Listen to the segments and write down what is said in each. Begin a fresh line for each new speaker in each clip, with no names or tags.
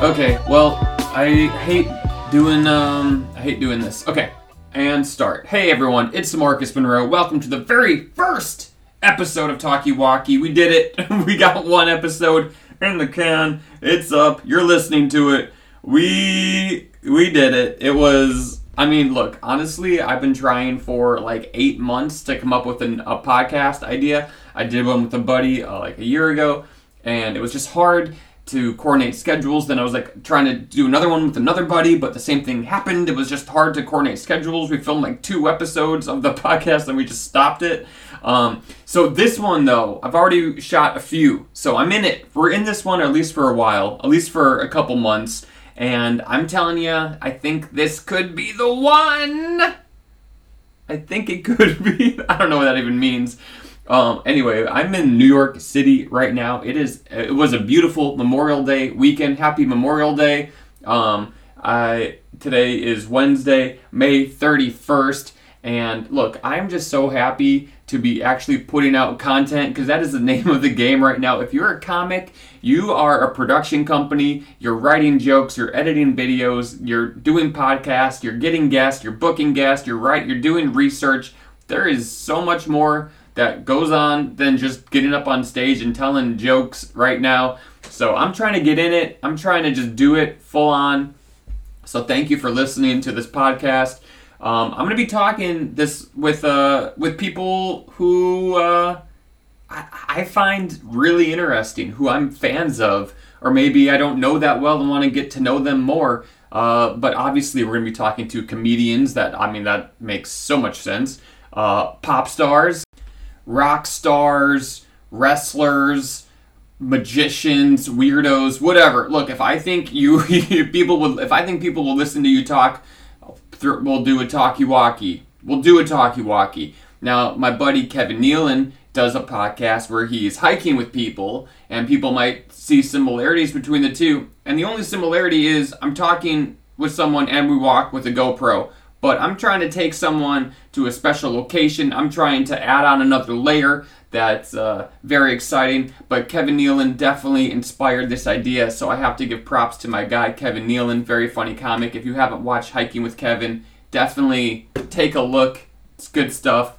Okay, well, I hate doing um I hate doing this. Okay. And start. Hey everyone, it's Marcus Monroe. Welcome to the very first episode of Talkie Walkie. We did it. we got one episode in the can. It's up. You're listening to it. We we did it. It was I mean, look, honestly, I've been trying for like eight months to come up with an, a podcast idea. I did one with a buddy uh, like a year ago, and it was just hard to coordinate schedules. Then I was like trying to do another one with another buddy, but the same thing happened. It was just hard to coordinate schedules. We filmed like two episodes of the podcast and we just stopped it. Um, so this one though, I've already shot a few, so I'm in it. We're in this one at least for a while, at least for a couple months. And I'm telling you, I think this could be the one. I think it could be. I don't know what that even means. Um, anyway, I'm in New York City right now. It is. It was a beautiful Memorial Day weekend. Happy Memorial Day. Um, I today is Wednesday, May 31st, and look, I'm just so happy to be actually putting out content because that is the name of the game right now. If you're a comic, you are a production company. You're writing jokes. You're editing videos. You're doing podcasts. You're getting guests. You're booking guests. You're right. You're doing research. There is so much more that goes on than just getting up on stage and telling jokes right now. So I'm trying to get in it. I'm trying to just do it full on. So thank you for listening to this podcast. Um, I'm gonna be talking this with uh, with people who uh, I, I find really interesting, who I'm fans of, or maybe I don't know that well and want to get to know them more. Uh, but obviously, we're gonna be talking to comedians. That I mean, that makes so much sense. Uh, pop stars, rock stars, wrestlers, magicians, weirdos, whatever. Look, if I think you people will, if I think people will listen to you talk, th- we'll do a talkie walkie. We'll do a talkie walkie. Now, my buddy Kevin Nealon does a podcast where he's hiking with people, and people might see similarities between the two. And the only similarity is I'm talking with someone and we walk with a GoPro but I'm trying to take someone to a special location. I'm trying to add on another layer that's uh, very exciting. But Kevin Nealon definitely inspired this idea, so I have to give props to my guy Kevin Nealon, very funny comic. If you haven't watched Hiking with Kevin, definitely take a look. It's good stuff.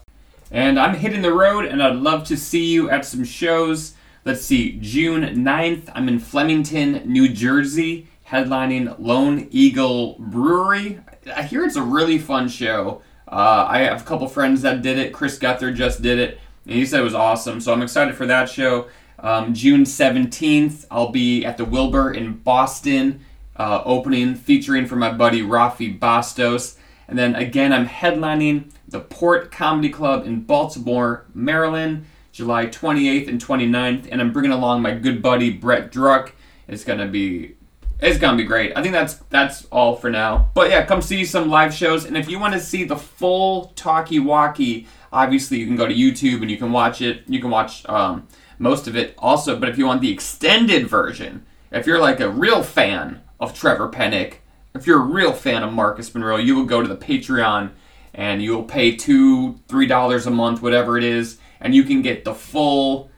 And I'm hitting the road, and I'd love to see you at some shows. Let's see, June 9th, I'm in Flemington, New Jersey, headlining Lone Eagle Brewery. I hear it's a really fun show. Uh, I have a couple friends that did it. Chris Guther just did it, and he said it was awesome. So I'm excited for that show. Um, June 17th, I'll be at the Wilbur in Boston, uh, opening, featuring for my buddy Rafi Bastos. And then again, I'm headlining the Port Comedy Club in Baltimore, Maryland, July 28th and 29th. And I'm bringing along my good buddy Brett Druck. It's gonna be it's gonna be great. I think that's that's all for now. But yeah, come see some live shows, and if you want to see the full talkie walkie, obviously you can go to YouTube and you can watch it. You can watch um, most of it also. But if you want the extended version, if you're like a real fan of Trevor Pennick, if you're a real fan of Marcus Monroe, you will go to the Patreon and you will pay two, three dollars a month, whatever it is, and you can get the full,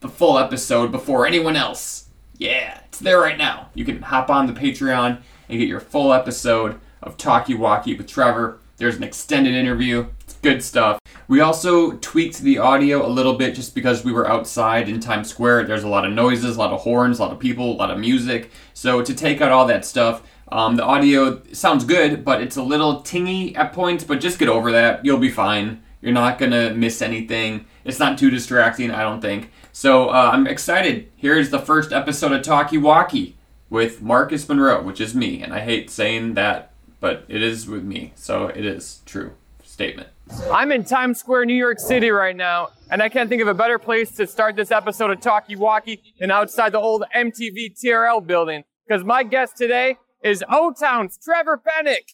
the full episode before anyone else. Yeah, it's there right now. You can hop on the Patreon and get your full episode of Talkie Walkie with Trevor. There's an extended interview. It's good stuff. We also tweaked the audio a little bit just because we were outside in Times Square. There's a lot of noises, a lot of horns, a lot of people, a lot of music. So to take out all that stuff, um, the audio sounds good, but it's a little tingy at points. But just get over that. You'll be fine. You're not gonna miss anything. It's not too distracting, I don't think. So uh, I'm excited. Here is the first episode of Talkie Walkie with Marcus Monroe, which is me, and I hate saying that, but it is with me, so it is true statement.
I'm in Times Square, New York City right now, and I can't think of a better place to start this episode of Talkie Walkie than outside the old MTV TRL building. Because my guest today is O Town's Trevor Pennick.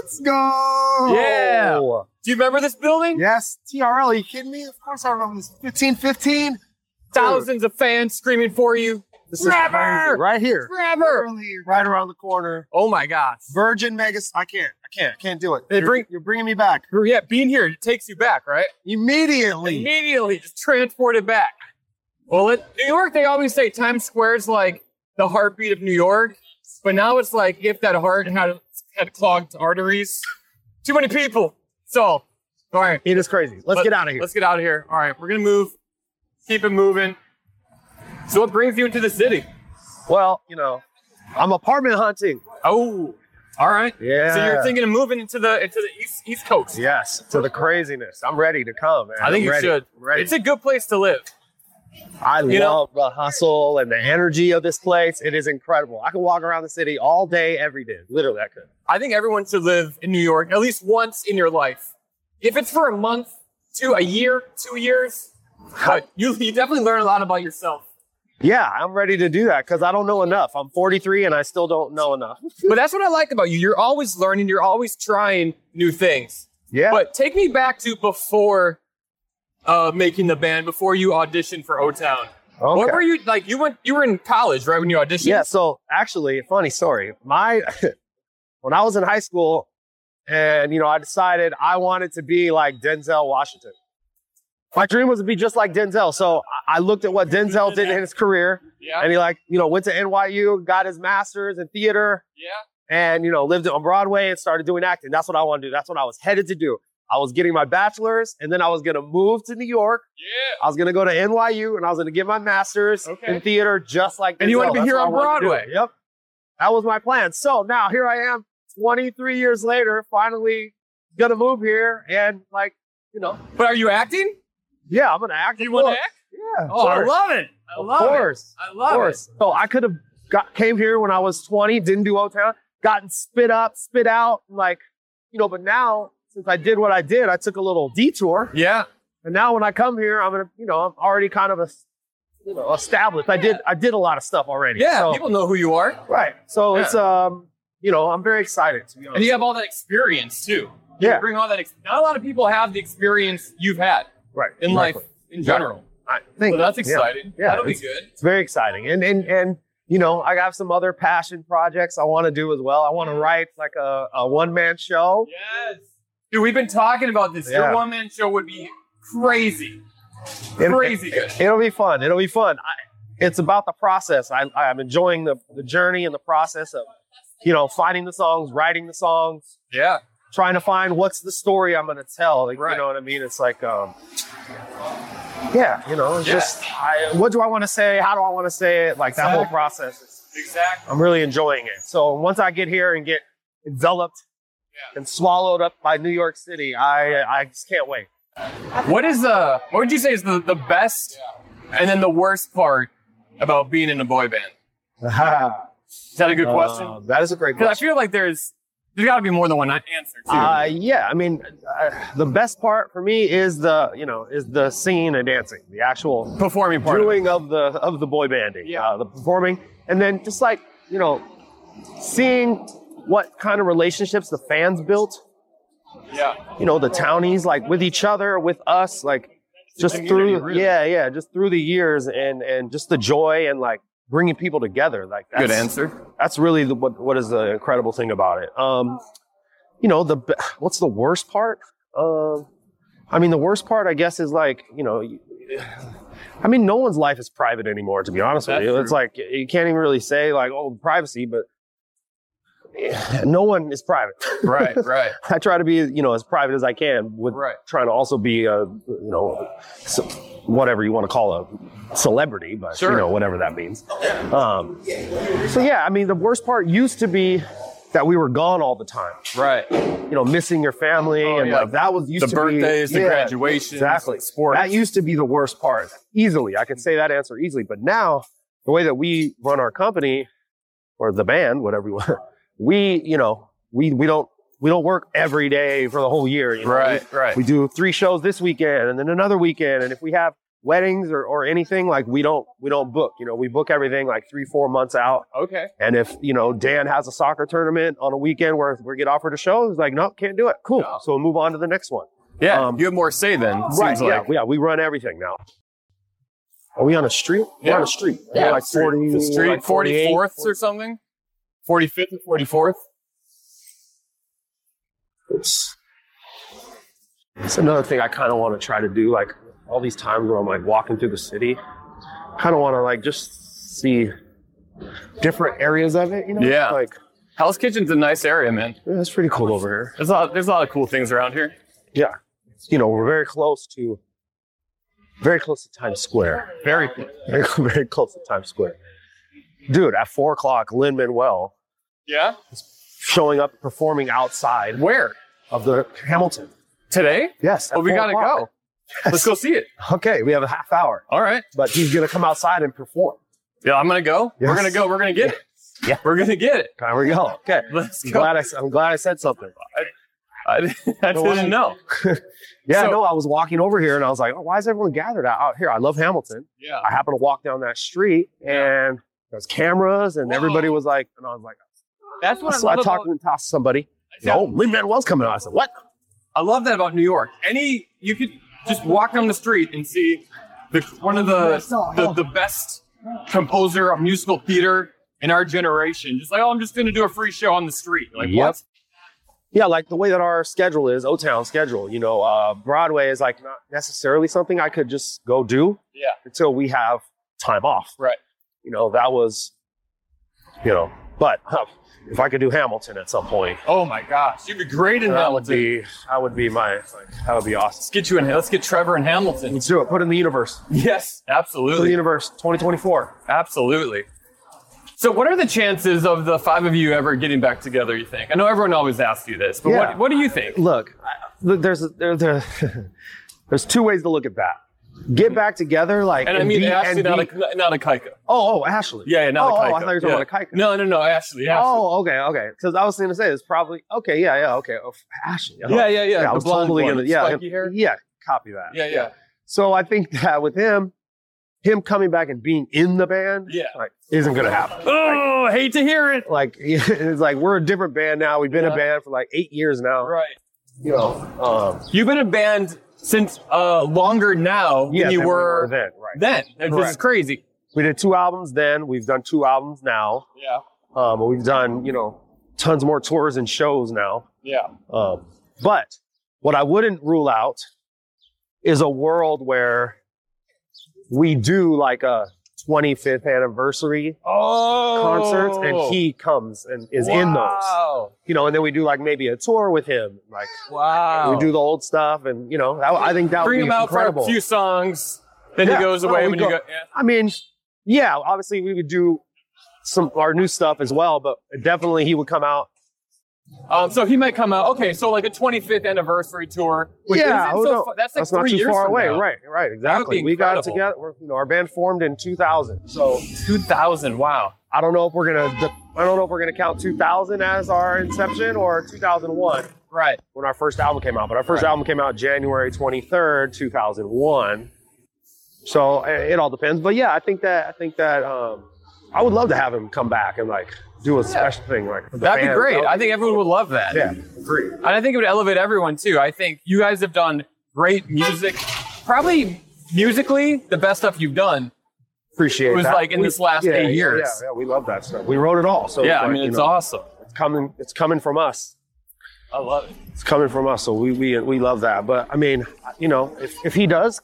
Let's go!
Yeah. Do you remember this building?
Yes, TRL, are you kidding me? Of course I remember this. 1515?
Thousands of fans screaming for you.
This
Trevor!
crazy. Right here.
Trevor!
Literally right around the corner.
Oh my gosh.
Virgin Megas. I can't. I can't. I can't do it.
They
you're,
bring-
you're bringing me back.
Yeah, being here it takes you back, right?
Immediately.
immediately just transported back. Well, in New York, they always say Times Square's like the heartbeat of New York. But now it's like if that heart had had clogged arteries. Too many people. That's all. All right.
It is crazy. Let's
Let-
get out of here.
Let's get out of here. All right, we're gonna move. Keep it moving. So what brings you into the city?
Well, you know, I'm apartment hunting.
Oh, all right.
Yeah.
So you're thinking of moving into the into the east east coast.
Yes, to the craziness. I'm ready to come, man.
I think
I'm
you
ready.
should.
I'm ready.
It's a good place to live.
I
you know-
love the hustle and the energy of this place. It is incredible. I could walk around the city all day, every day. Literally, I could.
I think everyone should live in New York at least once in your life. If it's for a month, two, a year, two years, uh, you you definitely learn a lot about yourself.
Yeah, I'm ready to do that because I don't know enough. I'm 43 and I still don't know enough.
But that's what I like about you. You're always learning. You're always trying new things.
Yeah.
But take me back to before uh, making the band, before you auditioned for O Town.
okay.
What were you like? You went, you were in college, right? When you auditioned.
Yeah. So actually, funny story. My when I was in high school, and you know, I decided I wanted to be like Denzel Washington. My dream was to be just like Denzel. So I- I looked at what Denzel did in his career,
Yeah.
and he like you know went to NYU, got his master's in theater,
yeah.
and you know lived on Broadway and started doing acting. That's what I wanted to do. That's what I was headed to do. I was getting my bachelor's, and then I was gonna move to New York.
Yeah.
I was gonna go to NYU, and I was gonna get my master's
Okay.
in theater, just like.
And you
Denzel.
wanted to be
That's
here
what I
on
wanted to do.
Broadway.
Yep, that was my plan. So now here I am, 23 years later, finally gonna move here, and like you know,
But are you acting?
yeah, I'm gonna act.
You
of
want to
course.
act?
Yeah.
Oh, I love it. I
Of
love
course.
it. I
Of
love
course. So I could have got came here when I was 20, didn't do O Town, gotten spit up, spit out, like you know. But now since I did what I did, I took a little detour.
it. Yeah.
And now when I come here, I'm gonna, you know, I'm already kind of a, you know, established. I did, I did a lot of stuff already.
Yeah.
So,
People know who you are,
right. So
Yeah.
it's, um, you know, I'm very excited to be
and
honest.
you have all that experience too. You
Yeah.
Bring all that. Ex- Not a lot of people have the experience you've had
Right.
in
exactly.
life in general.
I think
So that's
yeah.
exciting.
Yeah,
That'll be good.
It's very exciting, and and and you know, I have some other passion projects I want to do as well. I want to write like a, a one man show.
Yes. Dude, we've been talking about this.
Yeah.
Your one man show would be crazy.
And-
Crazy good.
It'll be fun. It'll be fun. I, it's about the process. I, I'm enjoying the, the journey and the process of, you know, finding the songs, writing the songs,
Yeah.
trying to find what's the story I'm going to tell. Like,
Right.
You know what I mean? It's like, um, yeah, you know, it's
Yeah.
just I, what do I want to say? How do I want to say it? Like that whole
Exactly.
process. is-
Exactly.
I'm really enjoying it. So once I get here and get enveloped
Yeah.
and swallowed up by New York City, I I just can't wait.
What is the what would you say is the, the best and then the worst part about being in a boy band? Is that a good
Uh,
Uh, question?
that is a great
Because I
question.
feel like there's there's gotta be more than one answer too.
Uh, yeah, I mean, uh, the best part for me is the you know is the singing and dancing, the actual
Performing part. of it.
doing of the of the boy banding,
Yeah.
uh, the performing, and then just like you know, seeing what kind of relationships the fans built.
Yeah.
You know, the townies like with each other, with us, like just
community,
through
really.
yeah, yeah, just through the years, and and just the joy and like bringing people together. Like that's,
Good answer.
That's really the, what what is the incredible thing about it. Um, you know, the be- what's the worst part? Um, I mean, the worst part, I guess, is like you know. you- I mean, no one's life is private anymore. To be honest
That's
with you,
true.
it's like you can't even really say like, "Oh, privacy," but no one is private.
Right, right,
I try to be, you know, as private as I can, with
right.
trying to also be a, you know, ce- whatever you want to call a celebrity, but
Sure.
you know, whatever that means. Um, so yeah, I mean, the worst part used to be that we were gone all the time.
Right.
You know, missing your family and
Oh, yeah.
like that was used
The
to
birthdays,
be,
the
yeah,
graduations,
exactly.
sports.
That used to be the worst part. Easily, I could say that answer easily. But now, the way that we run our company or the band, whatever you want, we, you know, we we don't we don't work every day for the whole year. You know?
right, right.
we do three shows this weekend and then another weekend and if we have weddings or, or anything like we don't we don't book you know we book everything like three four months out
Okay.
and if you know dan has a soccer tournament on a weekend where we get offered a show he's like no can't do it cool
Yeah.
so we'll move on to the next one
Yeah.
Um,
you have more say then. it Seems
yeah,
like.
yeah we run everything now are we on a street we're
Yeah.
on a street
Yeah,
We're like 40
The street
like 48.
forty fourth or something? Forty fifth or forty fourth?
It's That's another thing I kind of want to try to do. Like all these times where I'm like walking through the city, kind of want to like just see different areas of it. You know,
Yeah.
like
Hell's Kitchen's a nice area, man.
yeah, that's pretty cool over here.
There's a lot, there's a lot of cool things around here.
Yeah, you know, we're very close to, very close to Times Square.
Very
Very, very close to Times Square. Dude, at four o'clock, Lin Manuel
Yeah?
showing up performing outside
Where?
of the Hamilton.
Today?
Yes. at
Oh, we
four
gotta
o'clock.
go. Let's go see it.
Okay, we have a half hour,
All right.
but he's gonna come outside and perform.
Yeah, I'm gonna go. We're
Yes.
gonna go. We're gonna get it.
Yeah.
We're gonna get it.
There we go. Okay.
Let's
I'm
go.
glad I, am glad I said something.
I, didn't- I
No,
didn't
I'm-
know.
Yeah,
So-
no, I was walking over here and I was like, oh, why is everyone gathered out out here? I love Hamilton.
Yeah.
I happened to walk down that street and there's cameras and
Whoa.
everybody was like, and I was like,
That's what I,
so I
love
talked
about,
and talked to somebody. No, Lin Manuel's coming out. I said, what?
I love that about New York. Any you could just walk down the street and see the one of the the, the best composer of musical theater in our generation. Just like, oh, I'm just gonna do a free show on the street. Like
Yep.
what?
Yeah, like the way that our schedule is, O Town schedule, you know, uh, Broadway is like not necessarily something I could just go do
Yeah.
until we have time off.
Right.
You know, that was, you know, but huh, if I could do Hamilton at some point,
Oh my gosh, you'd be great in
that would
Hamilton.
be, that would be my, like, that would be awesome.
Let's get you in. Let's get Trevor in Hamilton.
Let's do it. Put it in the universe.
Yes,
Put it in the
absolutely,
universe. 2024.
absolutely. So, what are the chances of the five of you ever getting back together? You think? I know everyone always asks you this, but
Yeah.
what, what do you think?
Look, I- look, there's there, there, there's two ways to look at that. Get back together, like
And I mean,
be-
Ashley,
be-
not a not a Kaika.
oh, oh, Ashley.
Yeah, yeah, not
oh,
a
oh,
Kaika.
I thought you were talking
yeah.
about a kike.
No, no, no, Ashley. Ashley.
Oh, okay, okay. Because I was going to say it's probably okay. Yeah, yeah, okay. Oh, Ashley. Oh,
Yeah, yeah, yeah.
I
the
was
blonde
totally
one,
gonna, yeah,
spiky hair.
yeah. Copy that.
Yeah, yeah.
So I think that with him, him coming back and being in the band,
Yeah.
like, isn't going to happen.
Oh, hate to hear it.
Like it's like we're a different band now. We've been
Yeah.
a band for like eight years now.
Right.
You know, um,
You've been a band since uh, longer now
yeah,
than you
than we
were,
then, right?
then. This is
Correct.
crazy.
We did two albums then. We've done two albums now.
Yeah.
Um, and we've done you know tons more tours and shows now.
Yeah.
Um, but what I wouldn't rule out is a world where we do like a 25th anniversary
Oh.
concerts and he comes and is in those,
Wow.
you know, and then we do like maybe a tour with him. Like
Wow.
we do the old stuff and, you know, that, I think that
Bring
would be
him out
incredible.
for a few songs. Then
Yeah.
he goes
No,
away
we
when
go-
you go. Yeah.
I mean, yeah, obviously we would do some our new stuff as well, but definitely he would come out.
Um, so he might come out. Okay, so like a 25th anniversary tour. Which
Yeah,
isn't
who
so
knows?
fu- that's like
That's not
three
too
years
far
from
away.
now.
Right, right, exactly.
be
We got it
incredible.
together. We're, you know, our band formed in 2000, so
2000. Wow.
I don't know if we're gonna I don't know if we're gonna count 2000 as our inception or 2001
Right.
when our first album came out. But our first
Right.
album came out January 23rd, 2001. So i- it all depends. But yeah, I think that I think that um, I would love to have him come back and like do a special thing like for the
That'd be
fans.
great.
That
I think everyone would love that.
would- yeah, agree.
And I think it would elevate everyone too. I think you guys have done great music. Probably musically, the best stuff you've done.
Appreciate
It was
that.
like in this last
yeah,
eight
yeah,
years.
Yeah, yeah, we love that stuff. We wrote it all. So
yeah,
like,
I mean,
you
it's
know,
awesome.
it's coming. It's coming from us.
I love it.
it's coming from us, so we we we love that. But I mean, you know, if, if he does,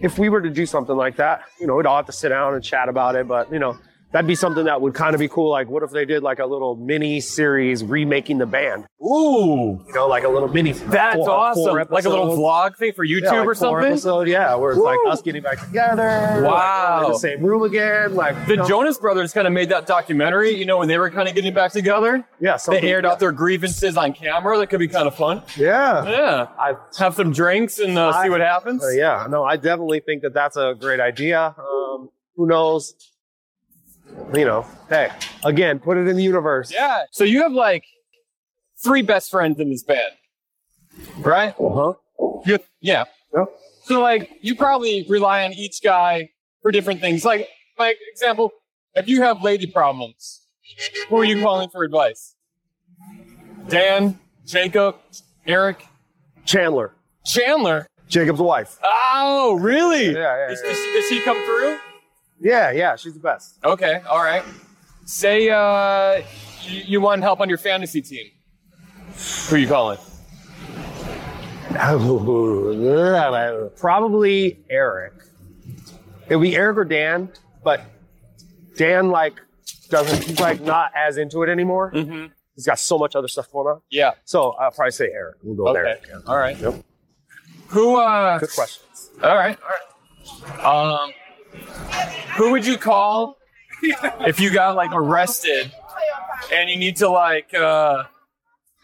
if we were to do something like that, you know, we'd all have to sit down and chat about it. But you know, that'd be something that would kind of be cool. Like, what if they did like a little mini series remaking the band?
Ooh,
You know, like a little mini.
that's
four-
awesome.
four
like a little
episodes.
vlog thing for YouTube
Yeah, like four
or something.
episode, yeah, where it's like us getting back together. like,
Wow.
in the same room again. Like
The
you know,
Jonas Brothers kind of made that documentary, you know, when they were kind of getting back together.
Yeah,
They
something-
aired out their grievances on camera. That could be kind of fun.
Yeah.
Yeah.
I,
Have some drinks and uh, see what happens.
Uh, yeah, no, I definitely think that that's a great idea. Um, who knows? You know, hey, again, put it in the universe.
Yeah. So you have like three best friends in this band, right?
Uh-huh.
You- yeah.
Yeah.
So like you probably rely on each guy for different things. Like my example, if you have lady problems, who are you calling for advice? Dan, Jacob, Eric,
Chandler,
Chandler.
Jacob's wife.
Oh, really?
Yeah, yeah,
Does,
yeah.
does she, does she come through?
Yeah, yeah, she's the best.
Okay. All right. Say uh, you, you want help on your fantasy team. Who are you calling?
Probably Eric. It would be Eric or Dan, but Dan, like, doesn't. He's like not as into it anymore.
Mm-hmm.
He's got so much other stuff going on.
Yeah.
So I'll probably say Aaron. We'll go
Okay.
there. Yeah.
All right.
Yep.
Who? Uh,
Good questions.
all right. All right. Um, who would you call if you got like arrested and you need to like uh,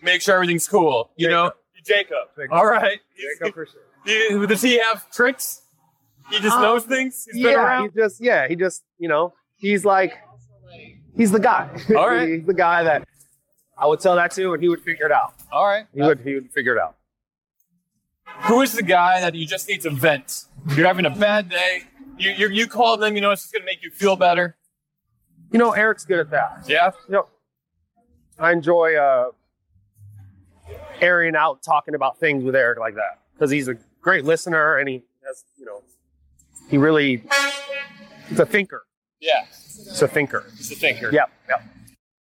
make sure everything's cool? You know.
Jacob.
All right.
Jacob for sure.
Do- Does he have tricks? He just
Um,
knows things. He's been
yeah,
around.
He just yeah, he just you know he's like he's the guy.
All right.
he's the guy that I would tell that to, and he would figure it out.
All right.
He would he would figure it out.
Who is the guy that you just need to vent? You're having a bad day. You you, you call them. You know it's just gonna make you feel better.
You know, Eric's good at that.
Yeah.
You know, I enjoy uh, airing out talking about things with Eric like that because he's a great listener and he has you know he really he's a thinker.
Yeah.
He's a thinker.
He's a thinker.
Yep. Yep.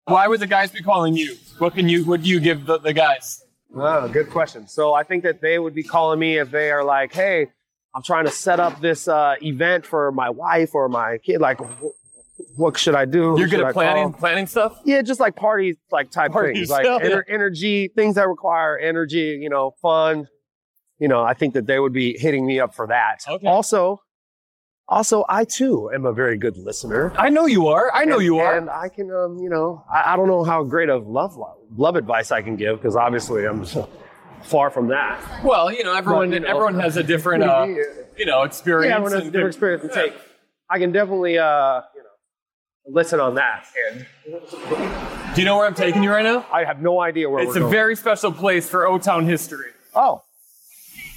Why would the guys be calling you? What can you what do you give the, the guys?
Oh, good question. So I think that they would be calling me if they are like, "Hey, I'm trying to set up this uh, event for my wife or my kid. Like, wh- what should I do? Who
You're good
should I
at planning
call?"
planning stuff?
Yeah, just like party like type
Parties,
things, like
hell yeah.
ener- energy things that require energy. You know, fun. You know, I think that they would be hitting me up for that.
Okay.
Also, also, I too am a very good listener.
I know you are. I know
And-
you are.
And I can, um, you know, I, I don't know how great of love love advice I can give because obviously I'm so far from that.
Well, you know, everyone
Well, you know.
everyone has a different uh, you know, experience.
yeah, everyone has a
and
different experience to take. I can definitely, uh, you know, listen on that. And
Do you know where I'm taking you right now?
I have no idea where
It's
we're
a
going.
very special place for O Town history.
oh,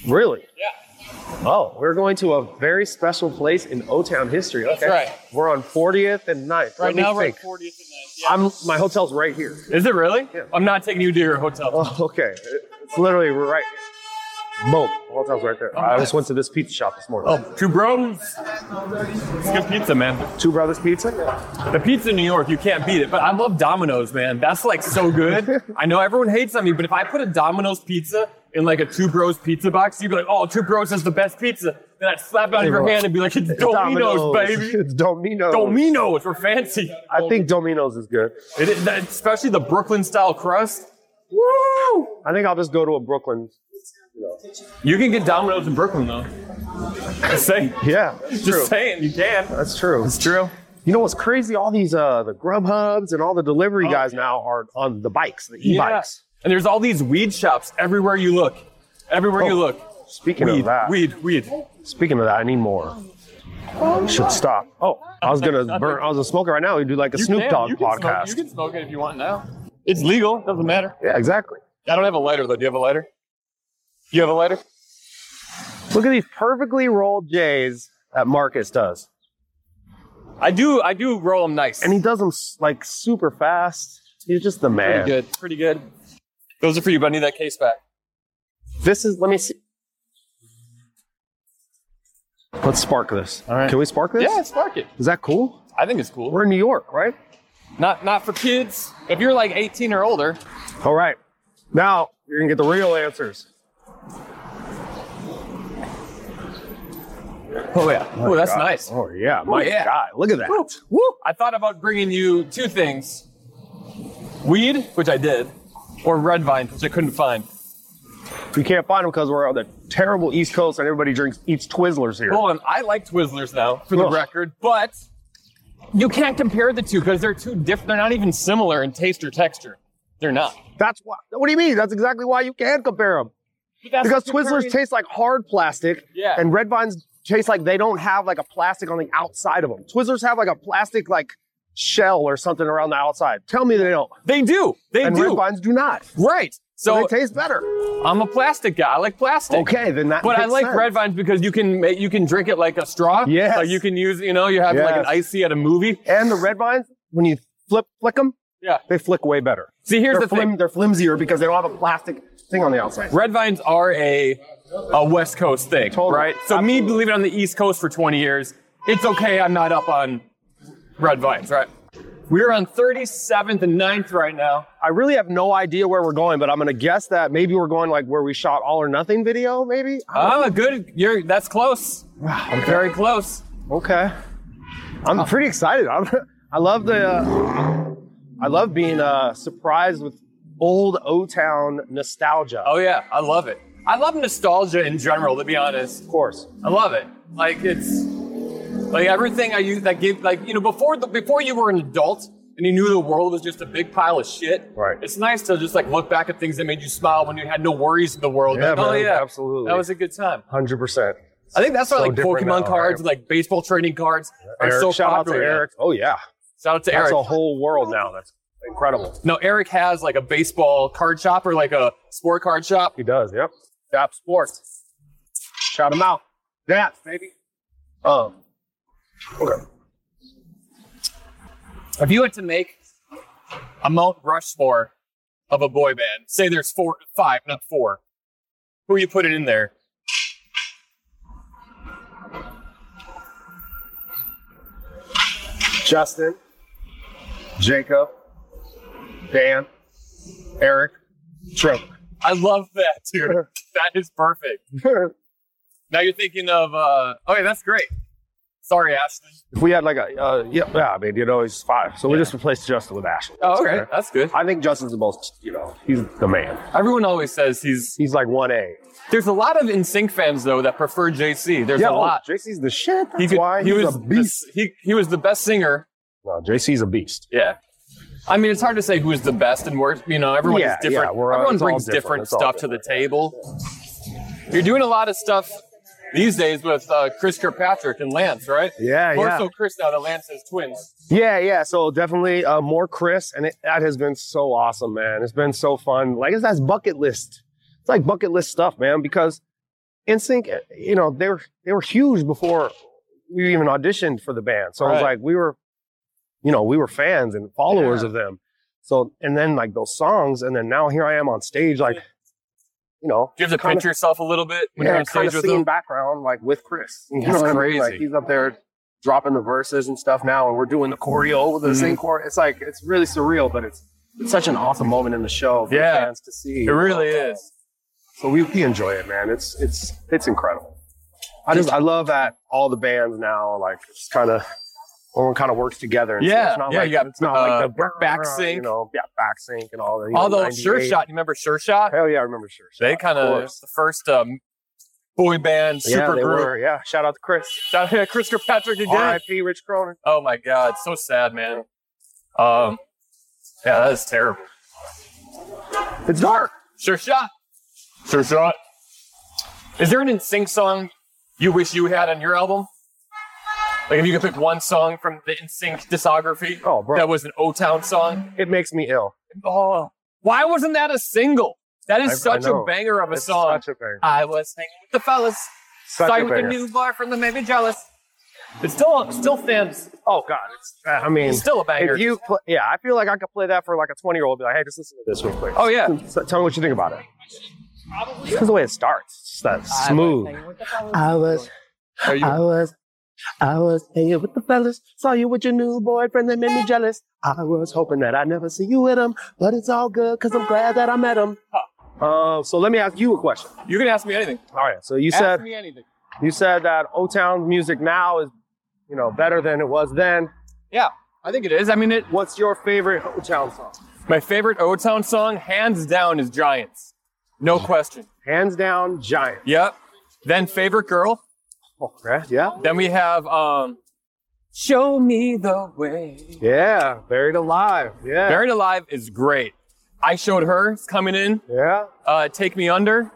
really?
Yeah.
Oh, we're going to a very special place in O Town history. Okay,
right.
We're on 40th and 9th.
Right
Let me
now we're
think.
at 40th and
I'm my hotel's right here.
9th. Is it really?
Yeah.
I'm not taking you to your hotel.
Oh, okay. It's literally right. Boom. Hotel's right there. I just went to this pizza shop this morning.
Oh, two bros. It's good pizza, man.
Two Brothers Pizza.
The pizza in New York, you can't beat it. But I love Domino's, man. That's like so good. I know everyone hates on me, but if I put a Domino's pizza in like a Two Bros pizza box, you'd be like, "Oh, Two Bros has the best pizza." Then I'd slap it out of your
Everyone-
hand and be like, "It's Domino's, baby.
It's Domino's.
Domino's. We're fancy."
I think Domino's is good.
It is, that, especially the Brooklyn style crust. Woo!
I think I'll just go to a Brooklyn.
You can get Domino's in Brooklyn though. Just saying.
Yeah, that's
Just
true.
saying, you can.
That's true.
It's true.
You know what's crazy? All these uh, the Grub Hubs and all the delivery guys now are on the bikes, the e-bikes.
Oh. Yeah. And there's all these weed shops everywhere you look. Everywhere you
Oh,
look.
Speaking
Weed,
of that,
weed, weed.
speaking of that, I need more. Should stop. Oh, I was gonna burn. I was gonna smoke it right now. We do like a Snoop Dogg podcast.
you can smoke it if you want now. It's legal. Doesn't matter.
yeah, exactly.
I don't have a lighter though. Do you have a lighter? You have a lighter?
Look at these perfectly rolled J's that Marcus does.
I do. I do roll them nice.
And he does them s- like super fast. He's just the
pretty
man.
good. Pretty good. Those are for you, but I need that case back.
This is, let me see. Let's spark this. All right. Can we spark this?
Yeah, spark it.
Is that cool?
I think it's cool.
We're in New York, right?
Not not for kids. If you're like 18 or older,
All right. Now you're going to get the real answers.
Oh yeah. Oh, that's
God.
nice.
Oh, yeah. My
yeah.
God. Look at that.
Woo, woo. I thought about bringing you two things: weed, which I did, or red vine, which I couldn't find.
You can't find them because we're on the terrible East Coast and everybody drinks, eats Twizzlers here.
Hold on, I like Twizzlers now, for the
Ugh.
record, but you can't compare the two because they're too different. They're not even similar in taste or texture. They're not.
That's why. What do you mean? That's exactly why you can compare them.
But that's
because
what you're
Twizzlers
comparing-
taste like hard plastic,
Yeah.
and Red Vines taste like they don't have like a plastic on the outside of them. Twizzlers have like a plastic like shell or something around the outside. Tell me they don't.
They do. They
and Red
do.
Vines do not.
Right.
So
So
they taste better.
I'm a plastic guy. I like plastic.
Okay, then that.
But I
makes
like
sense.
red vines because you can make, you can drink it like a straw.
Yes.
Like you can use, you know, you have like an
Yes.
icy at a movie.
And the Red Vines, when you flip flick them,
Yeah.
they flick way better.
See, here's
they're,
the
flim-
thing.
they're flimsier because they don't have a plastic thing on the outside.
Red vines are a a West Coast thing,
Totally.
right? So me
Absolutely.
living on the East Coast for 20 years, it's okay. I'm not up on red vines, right? We're on 37th and 9th right now.
I really have no idea where we're going, but I'm gonna guess that maybe we're going like where we shot All or Nothing video, maybe.
Ah, good. You're that's close.
Wow.
Very close. Oh.
Okay. I'm pretty excited. I'm, I love the, uh, I love being uh, surprised with old O Town nostalgia.
Oh yeah, I love it. I love nostalgia in general, to be honest.
Of course.
I love it. Like it's like everything I use that give like you know before the, before you were an adult and you knew the world was just a big pile of shit.
Right.
It's nice to just like look back at things that made you smile when you had no worries in the world.
Yeah,
Like, oh
man,
yeah,
absolutely.
That was a good time.
Hundred percent.
I think that's why
So
like
different
Pokemon
now,
cards, and, like baseball trading cards, are so
shout out to
popular. now.
Eric. Oh yeah,
Shout out to
that's
Eric.
a whole world now. That's incredible.
No, Eric has like a baseball card shop or like a sport card shop.
He does. Yep. Dap Sports. Shout him out. Dap baby. Um. Okay.
If you had to make a Mount Rushmore of a boy band, say there's four, five, not four, who you put it in there?
Justin, Jacob, Dan, Eric, Trevor.
I love that, dude. that is perfect.
if
Now you're thinking of, uh, okay, that's great. Sorry, Ashley.
we had like a uh, yeah, yeah, I mean you know he's five, so we
Yeah.
just replaced Justin with Ashley.
Oh, okay, that's good.
I think Justin's the most you know he's the man.
Everyone always says he's.
He's like one A.
There's a lot of NSYNC fans though that prefer JC. There's a
oh,
lot.
JC's the shit. That's
could-
why he's a
the-
beast.
he he was the best singer
No, JC's a beast.
Yeah. I mean, it's hard to say who's the best and worst. You know, everyone
Yeah,
is different.
yeah, we're all-
everyone
it's all
brings
different.
different,
It's all
stuff to the table. You're doing a lot of stuff these days with uh, Chris Kirkpatrick and Lance, right?
Yeah,
More
yeah.
so Chris now that Lance has twins.
Yeah, yeah. So definitely uh, more Chris, and it, that has been so awesome, man. It's been so fun. Like it's that's bucket list. It's like bucket list stuff, man. Because NSYNC, uh, you know, they were they were huge before we even auditioned for the band. So I was
Right.
like, we were, you know, we were fans and followers
Yeah.
of them. So and then like those songs, and then now here I am on stage, like, you know,
Do you have to
Kinda-
pinch yourself a little bit when you're on
kinda
stage with
singing
them?
background, like with Chris. You
That's
what I mean?
crazy.
Like he's up there dropping the verses and stuff now, and we're doing the choreo with the
Mhm.
same choreo. It's like it's really surreal, but it's it's such an awesome moment in the show for
Yeah.
the fans to see.
It really
uh,
is.
So we, we enjoy it, man. It's it's it's incredible. I just I love that all the bands now like it's kind of everyone kind of works together. And
Yeah,
stuff. it's not
yeah,
like
you got,
it's not
uh,
like the
back
you
sync.
know, yeah, back sync and all that. you know,
Although
98.
Sure Shot, you remember Sure Shot?
hell yeah, I remember sure. Shot,
They kind of
course.
the first um, boy band
yeah,
super
they
group.
were. Yeah, shout out to Chris.
Shout out to Chris Kirkpatrick again.
R.I.P. Rich Cronin.
Oh my god, so sad, man. Um, yeah, that is terrible.
It's dark.
Sure shot. Sure shot. Is there an NSYNC song you wish you had on your album? Like if you could pick one song from the NSYNC discography
Oh, bro,
that was an O Town song.
it makes me ill.
Oh, why wasn't that a single? That is
I- I
such a
know.
banger of a
It's
song.
Such a banger.
I was hanging with the fellas,
Such
starting
a
with a
banger.
new bar from the maybe jealous. It still it still stands.
oh God, it's, uh, I mean,
It's still a banger.
if you, pl- yeah, I feel like I could play that for like a twenty-year-old. Be like, hey, just listen to this real quick.
oh yeah.
So tell me what you think about it. Because the way it starts, it's just that smooth.
I was,
Are you-
I was, I was hanging with the fellas. Saw you with your new boyfriend that made me jealous. I was hoping that I'd never see you with him, but it's all good because I'm glad that I met him.
Uh, so let me ask you a question.
you can ask me anything.
All right. So you said
me anything.
you said that O Town music now is, you know, better than it was then.
I think it is. I mean, it.
What's your favorite O Town song?
My favorite O Town song, hands down, is Giants. No question.
Hands down, Giant.
Yep. Then favorite girl.
Oh, yeah, yeah,
Then we have um, Show Me the Way.
yeah. Buried Alive. Yeah,
Buried Alive is great. I showed her it's coming in.
yeah.
Uh, Take Me Under.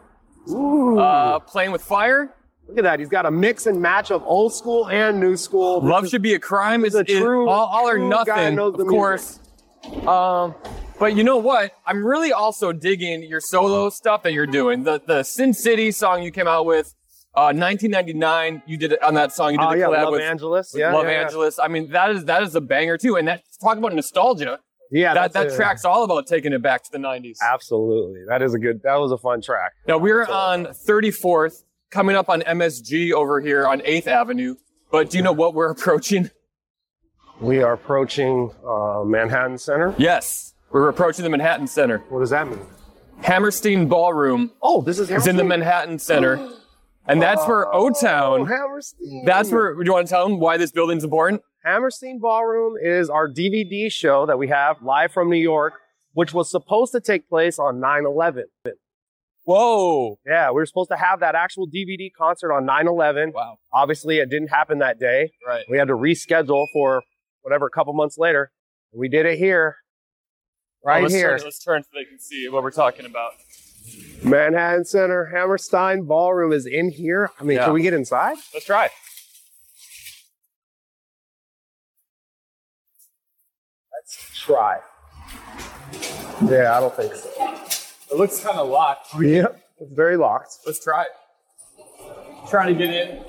Ooh.
Uh, playing with Fire.
Look at that. He's got a mix and match of old school and new school. This
Love
is-
Should Be a Crime is,
this is a
is
true-
all, all or
true guy
nothing,
knows
of
the
course. Um, but you know what? I'm really also digging your solo stuff that you're doing. The the Sin City song you came out with, uh, 1999. You did it on that song. You did
Oh,
the
yeah,
collab
Love
with
Angeles.
with
Yeah,
Love
yeah, yeah.
Angeles. I mean, that is that is a banger too. And that talk about nostalgia.
Yeah,
that that
that's a-
track's all about taking it back to the 90s.
Absolutely. That is a good. That was a fun track.
Now we're on 34th, coming up on MSG over here on 8th Avenue. But do you know what we're approaching?
We are approaching uh, Manhattan Center.
Yes, we're approaching the Manhattan Center.
What does that mean?
Hammerstein Ballroom
Oh, this is
is in the Manhattan Center, and that's where O Town.
Hammerstein.
Oh, That's where. Do you want to tell them why this building's important?
Hammerstein Ballroom is our DVD show that we have live from New York, which was supposed to take place on 9 11.
Whoa.
Yeah, we were supposed to have that actual DVD concert on 9 11.
Wow.
Obviously, it didn't happen that day.
Right.
We had to reschedule for whatever, a couple months later. We did it here, right
let's
here,
Turn, let's turn so they can see what we're talking about.
Manhattan Center. Hammerstein Ballroom is in here. I mean,
Yeah.
can we get inside?
Let's try.
Let's try. Yeah, I don't think so.
It looks kind of locked.
Oh, Yeah, it's very locked.
Let's try it. Trying to get in.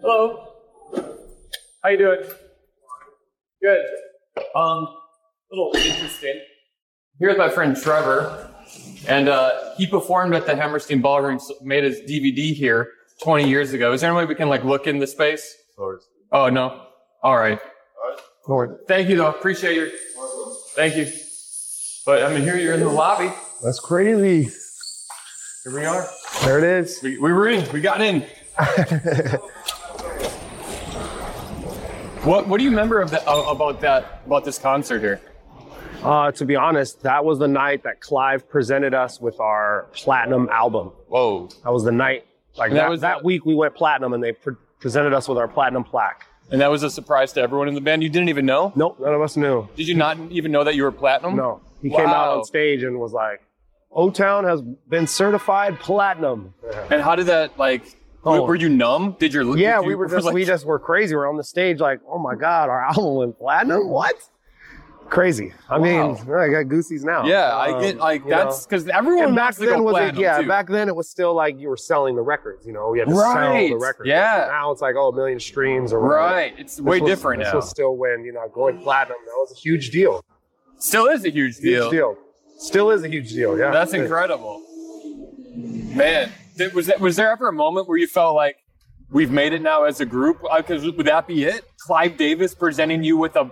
Hello. How you doing? Good. Um, little interesting. Here with my friend Trevor, and uh, he performed at the Hammerstein Ballroom, s- made his DVD here 20 years ago. Is there any way we can like look in the space? Oh no. All right. Thank you though. Appreciate your. Thank you. But I mean, here you're in the lobby.
That's crazy.
Here we are.
There it is.
We, we were in. We got in. what What do you remember of that uh, about that about this concert here?
Uh, to be honest, that was the night that Clive presented us with our platinum album.
Whoa!
That was the night, like
And that
that,
was-
that week we went platinum, and they pre- presented us with our platinum plaque.
And that was a surprise to everyone in the band. You didn't even know.
Nope, none of us knew.
Did you not even know that you were platinum?
No, he came out
Wow.
on stage and was like, "O Town has been certified platinum."
And how did that like?
Oh.
Were, were you numb? Did your
Yeah,
did you-
we were just
like-
we just were crazy. We're on the stage like, oh my god, our album went platinum. What? Crazy. I mean, I got goosies now.
yeah. I get
Um,
like
you know.
that's because everyone
And back
wants to go
then was it,
platinum,
yeah,
too.
back then it was still like you were selling the records. You know, we had to
Right,
sell the records.
yeah.
Now it's like oh, a million streams or whatever.
right. It's
This
way
was-
different
This
now.
was still when you know going platinum. That was a huge deal.
Still is a huge
Huge
deal.
deal. Still is a huge deal. Yeah.
That's incredible. Man, did, was that, was there ever a moment where you felt like we've made it now as a group? Because would that be it? Clive Davis presenting you with a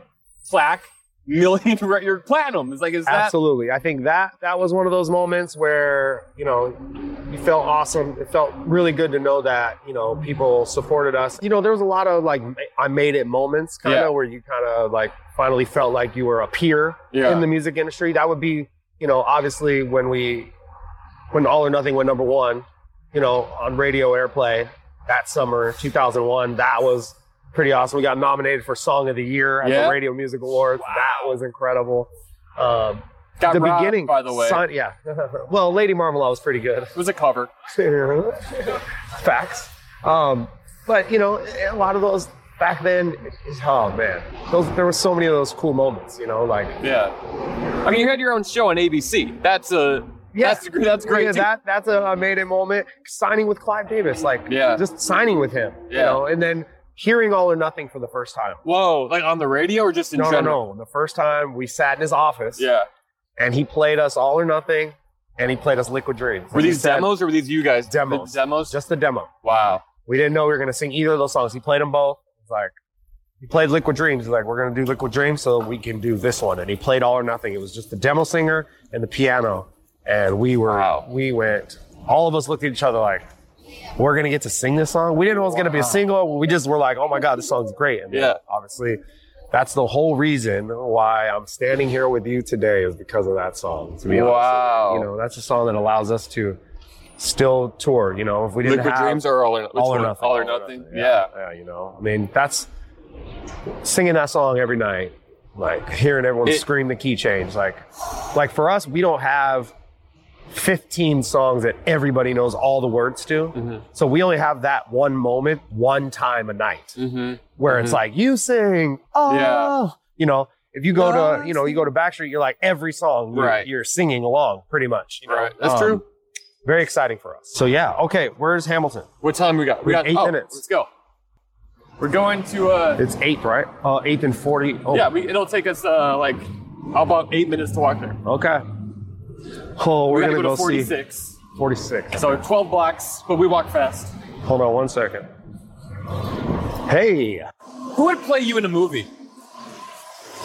plaque, million your platinum. It's like is that
Absolutely. I think that that was one of those moments where, you know, you felt awesome. It felt really good to know that, you know, people supported us. You know, there was a lot of like ma- I made it moments kind of
Yeah.
where you kind of like finally felt like you were a peer
Yeah.
in the music industry. That would be, you know, obviously when we when All or Nothing went number 1, you know, on radio airplay that summer 2001, that was pretty awesome. We got nominated for Song of the Year at
Yeah.
the Radio Music Awards. That was incredible. Um,
got
the
robbed,
beginning,
By the way,
Son- yeah. well, Lady Marmalade was pretty good.
it was a cover.
Facts. Um, but you know, a lot of those back then. Oh man, those there were so many of those cool moments. You know, like
Yeah, I mean you had your own show on ABC. That's a
Yeah.
that's that's great.
Yeah,
too.
that that's a, I made it moment. Signing with Clive Davis, like
Yeah.
just signing with him. You
Yeah.
know, and then hearing All or Nothing for the first time.
Whoa, like on the radio or just in
no,
general?
no, no. The first time we sat in his office,
Yeah,
and he played us All or Nothing, and he played us Liquid Dreams.
were
And he
these
said-
demos or were these you guys?
Demos.
The demos.
Just the demo.
wow.
We didn't know we were gonna sing either of those songs. He played them both. He's like, he played Liquid Dreams. He's like, we're gonna do Liquid Dreams so we can do this one. And he played All or Nothing. It was just the demo singer and the piano. And we were,
Wow.
we went. All of us looked at each other like, we're gonna get to sing this song. We didn't know it was gonna be a single. We just were like, oh my god, this song's great. And
Yeah.
obviously, that's the whole reason why I'm standing here with you today is because of that song. To be honest,
Wow.
you know, that's a song that allows us to still tour. You know, if we didn't
Liquid
have
Dreams or All or, which
all or
one?
nothing.
All or nothing. Yeah.
yeah. you know, I mean, that's singing that song every night, like hearing everyone
It-
scream the key change. Like, like for us, we don't have 15 songs that everybody knows all the words to.
Mm-hmm.
So we only have that one moment, one time a night
Mm-hmm.
where it's like, you sing, oh,
Yeah.
you know, if you go to, you know, you go to Backstreet, you're like every song, you're,
Right.
you're singing along pretty much. you know?
Right. That's true.
Very exciting for us. So yeah. Okay. Where's Hamilton?
What time we got?
We
got
have eight
oh,
minutes.
Let's go. We're going to. uh
It's eighth, right? Oh, eighth and 40. Oh,
Yeah, we, it'll take us uh like about eight minutes to walk there.
Okay. Oh, we're
we
gonna go,
gotta go to
see
46.
46.
So 12 blocks, but we walk fast.
Hold on one second. Hey,
Who would play you in a movie?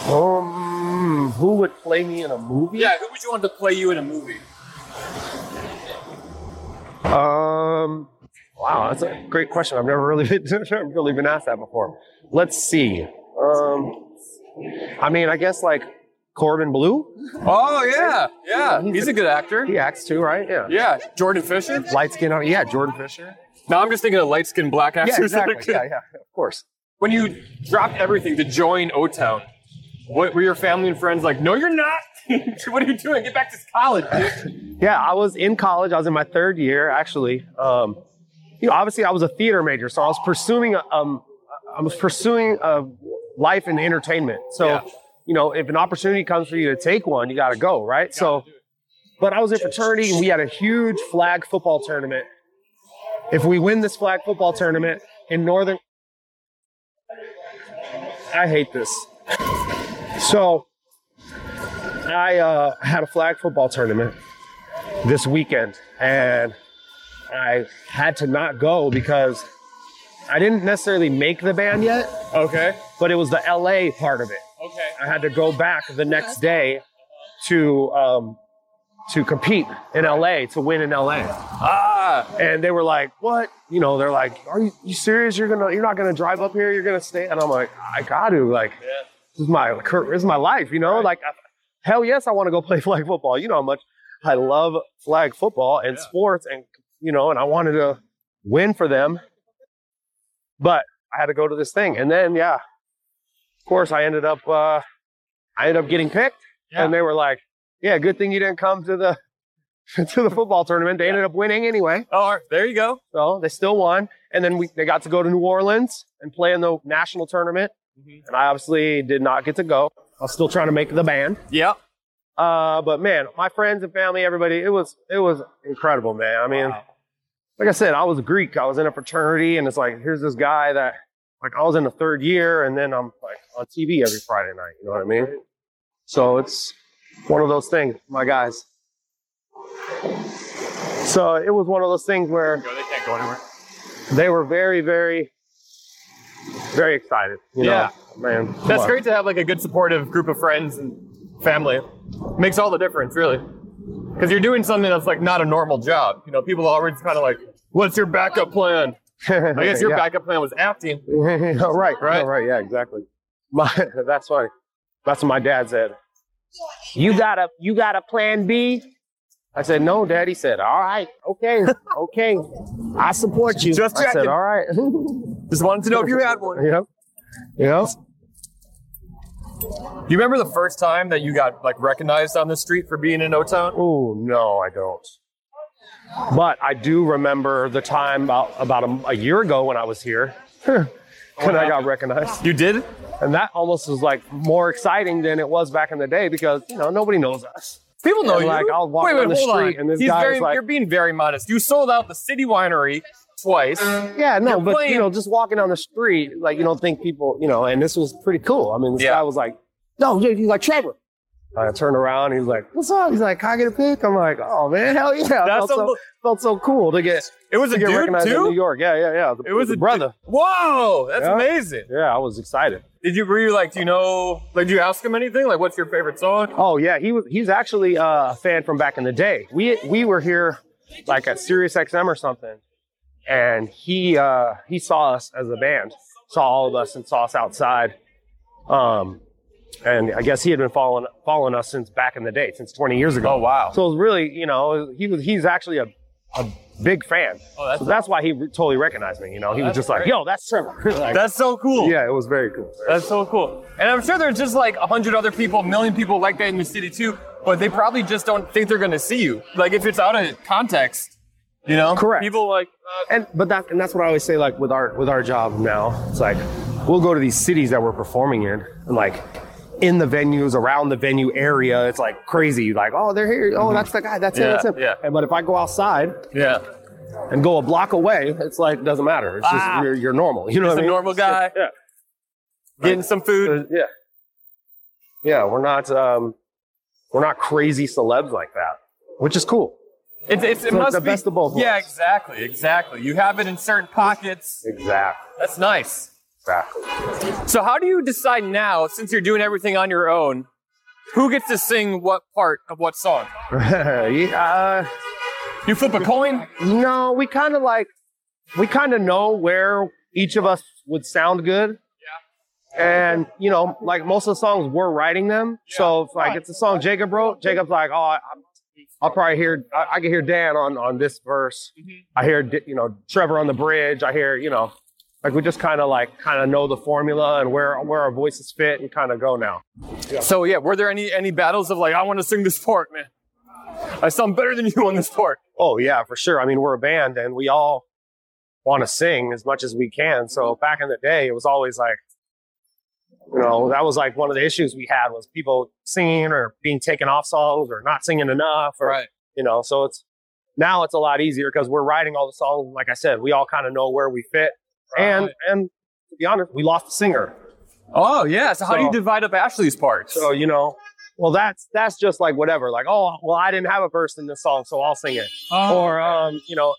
um, who would play me in a movie?
Yeah, who would you want to play you in a movie?
Um, Wow, that's a great question. I've never really been, never really been asked that before. Let's see. Um, I mean, I guess like Corbin Blue,
Oh yeah, yeah. He's a good actor.
he acts too, right? Yeah.
Yeah, Jordan Fisher.
Light skin on, yeah, Jordan Fisher.
Now I'm just thinking of light skinned black actors.
Yeah,
that are
exactly.
good.
Yeah, yeah, of course.
When you dropped everything to join O Town, what were your family and friends like? No, you're not. what are you doing? Get back to college. dude."
Yeah, I was in college. I was in my third year, actually. Um, you know, obviously, I was a theater major, so I was pursuing a- um, I was pursuing a life in entertainment. So,
Yeah.
you know, if an opportunity comes for you to take one, you got to go, right? So, but I was in fraternity, and we had a huge flag football tournament. If we win this flag football tournament in Northern, I hate this. So, I uh, had a flag football tournament this weekend and I had to not go because I didn't necessarily make the band yet,
okay.
but it was the LA part of it.
Okay.
I had to go back the next day to um, to compete in LA to win in LA.
Ah.
And they were like, "What?" You know, they're like, "Are you, you serious? You're gonna you're not gonna drive up here? You're gonna stay?" And I'm like, "I got to like this is my this is my life, you know. Like, I- hell yes, I want to go play flag football. You know how much I love flag football and sports, and you know, and I wanted to win for them, but I had to go to this thing, and then yeah, of course, I ended up uh, I ended up getting picked, and they were like, yeah, good thing you didn't come to the to the football tournament. They ended up winning anyway,
Oh, there you go.
so they still won, and then we they got to go to New Orleans and play in the national tournament. And I obviously did not get to go. I was still trying to make the band.
Yep.
Uh, but man, my friends and family, everybody, it was it was incredible, man. I mean, like I said, I was Greek. I was in a fraternity, and it's like here's this guy that like I was in the third year, and then I'm like on TV every Friday night. You know what I mean? So it's one of those things, my guys. So it was one of those things where
They can't go anywhere.
they were very, very, very excited. You
Yeah.
know? man,
That's
Come on.
great to have like a good supportive group of friends and family. Makes all the difference, really. Because you're doing something that's like not a normal job. You know, people are always kind of like, "What's your backup plan?" I guess your
Yeah.
backup plan was acting.
Oh, right,
Right?
right, right. Yeah, exactly. My, that's funny. That's what my dad said. You got a you got a plan B? I said no, Daddy said all right, okay, okay, I support you.
Just
I said
checking.
all right.
Just wanted to know if you had one.
yep, yep.
You remember the first time that you got like recognized on the street for being in O Town?
Oh no, I don't. But I do remember the time about about a, a year ago when I was here. When I got recognized,
You did?
and that almost was like more exciting than it was back in the day because you know nobody knows us.
People know
And,
you.
like, I was walking
wait, wait,
down the
hold
street
on.
and this
He's
guy
very,
is like-
you're being very modest. You sold out the city winery twice.
Yeah, no,
You're
but
playing-
you know, just walking down the street, like you don't think people, you know, and this was pretty cool. I mean, this
Yeah.
guy was like, "No, dude," he's like Trevor. I turned around, he's like, "What's up?" He's like, "Can I get a pic?" I'm like, "Oh man, hell yeah!"
That's
felt, so,
unbe-
felt so cool to get
It was
to
a
get
dude
recognized in New
too.
York. Yeah, yeah, yeah.
It was
the
a
brother.
Whoa, that's
Yeah.
amazing.
Yeah, I was excited.
Did you were you like, do you know like did you ask him anything? Like what's your favorite song?
Oh yeah, he was. He's actually uh, a fan from back in the day. We we were here like at Sirius XM or something, and he uh, he saw us as a band, saw all of us, and saw us outside. Um, and I guess he had been following following us since back in the day, since 20 years ago.
wow.
So it was really, you know, he was he's actually a, a big fan.
Oh, that's-
so that's why he totally recognized me. You know, he was
that's
just like,
great.
"Yo, that's Trevor." Like,
That's so cool.
yeah, it was very cool.
That's so cool. And I'm sure there's just like a hundred other people, a million people like that in the city too, but they probably just don't think they're gonna see you. Like if it's out of context, you know?
Correct.
People like
and but that and that's what I always say like with our with our job now it's like we'll go to these cities that we're performing in and like in the venues around the venue area it's like crazy like oh they're here oh that's the guy that's
Yeah,
him that's him
yeah.
and, but if I go outside
Yeah.
and go a block away it's like doesn't matter it's
Ah.
just you're, you're normal you know
Just
what
a
I mean
normal guy.
Yeah.
Getting some food.
yeah yeah we're not um we're not crazy celebs like that which is cool
It's, it's,
So
it
it's
must
the
be
best of both
Yeah,
worlds.
exactly, exactly. You have it in certain pockets.
exactly
That's nice.
exactly
So how do you decide now, since you're doing everything on your own, who gets to sing what part of what song?
yeah. uh,
You flip a coin?
No, we kind of like we kind of know where each of us would sound good. Yeah. And you know, like most of the songs, we're writing them. So if like it's a song Jacob wrote, Jacob's like, oh, I, I'll probably hear I, I can hear Dan on on this verse. I hear D- you know Trevor on the bridge. I hear you know, like we just kind of like kind of know the formula and where where our voices fit and kind of go now.
So yeah, were there any any battles of like I want to sing this part, man? I sound better than you on this part.
Oh yeah, for sure. I mean, we're a band and we all want to sing as much as we can. So back in the day, it was always like, you know, that was like one of the issues we had was people singing or being taken off songs or not singing enough or you know. So it's now it's a lot easier because we're writing all the songs. Like I said, we all kind of know where we fit. And and to be honest, we lost the singer.
Oh yeah. So how do you
So-
divide up Ashley's parts?
So you know, well that's that's just like whatever. Like oh well, I didn't have a verse in this song, so I'll sing it.
Uh,
or um, you know,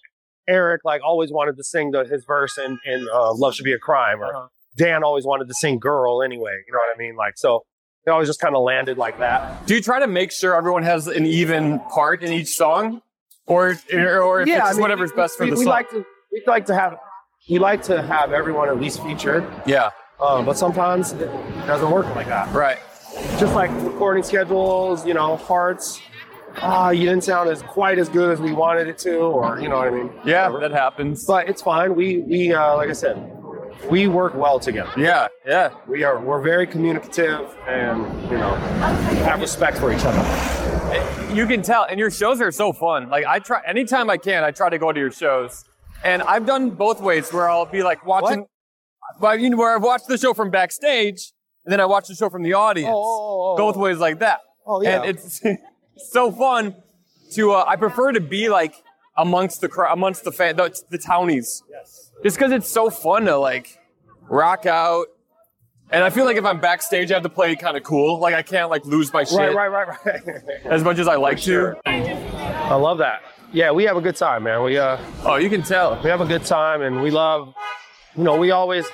Eric like always wanted to sing the, his verse in in uh, "Love Should Be a Crime," or Dan always wanted to sing "Girl" anyway. You know what I mean? Like so, it always just kind of landed like that.
do you try to make sure everyone has an even part in each song, or or if it's
I mean,
whatever's
we-
best for
we,
the
we
song?
like to we like to have we like to have everyone at least featured,
yeah.
um, but sometimes it doesn't work like that.
Right.
Just like recording schedules, you know, parts. Ah, you didn't sound as quite as good as we wanted it to, or you know what I mean.
Yeah,
Whatever.
that happens.
but it's fine. We we uh, like I said, we work well together.
yeah, yeah.
We are we're very communicative and you know have respect for each other.
You can tell, and your shows are so fun. Like I try anytime I can, I try to go to your shows, and I've done both ways where I'll be like watching, well, you know, where I've watched the show from backstage, and then I watch the show from the audience.
oh, oh, oh.
both ways like that.
Oh, yeah.
And it's so fun to. Uh, I prefer to be like amongst the crowd, amongst the fan, the, the townies. Yes. Just because it's so fun to like rock out. And I feel like if I'm backstage, I have to play kind of cool. Like I can't like lose my shit
Right, right, right, right.
as much as I like to.
I love that. Yeah, we have a good time, man. We uh
Oh, you can tell.
we have a good time and we love you know, we always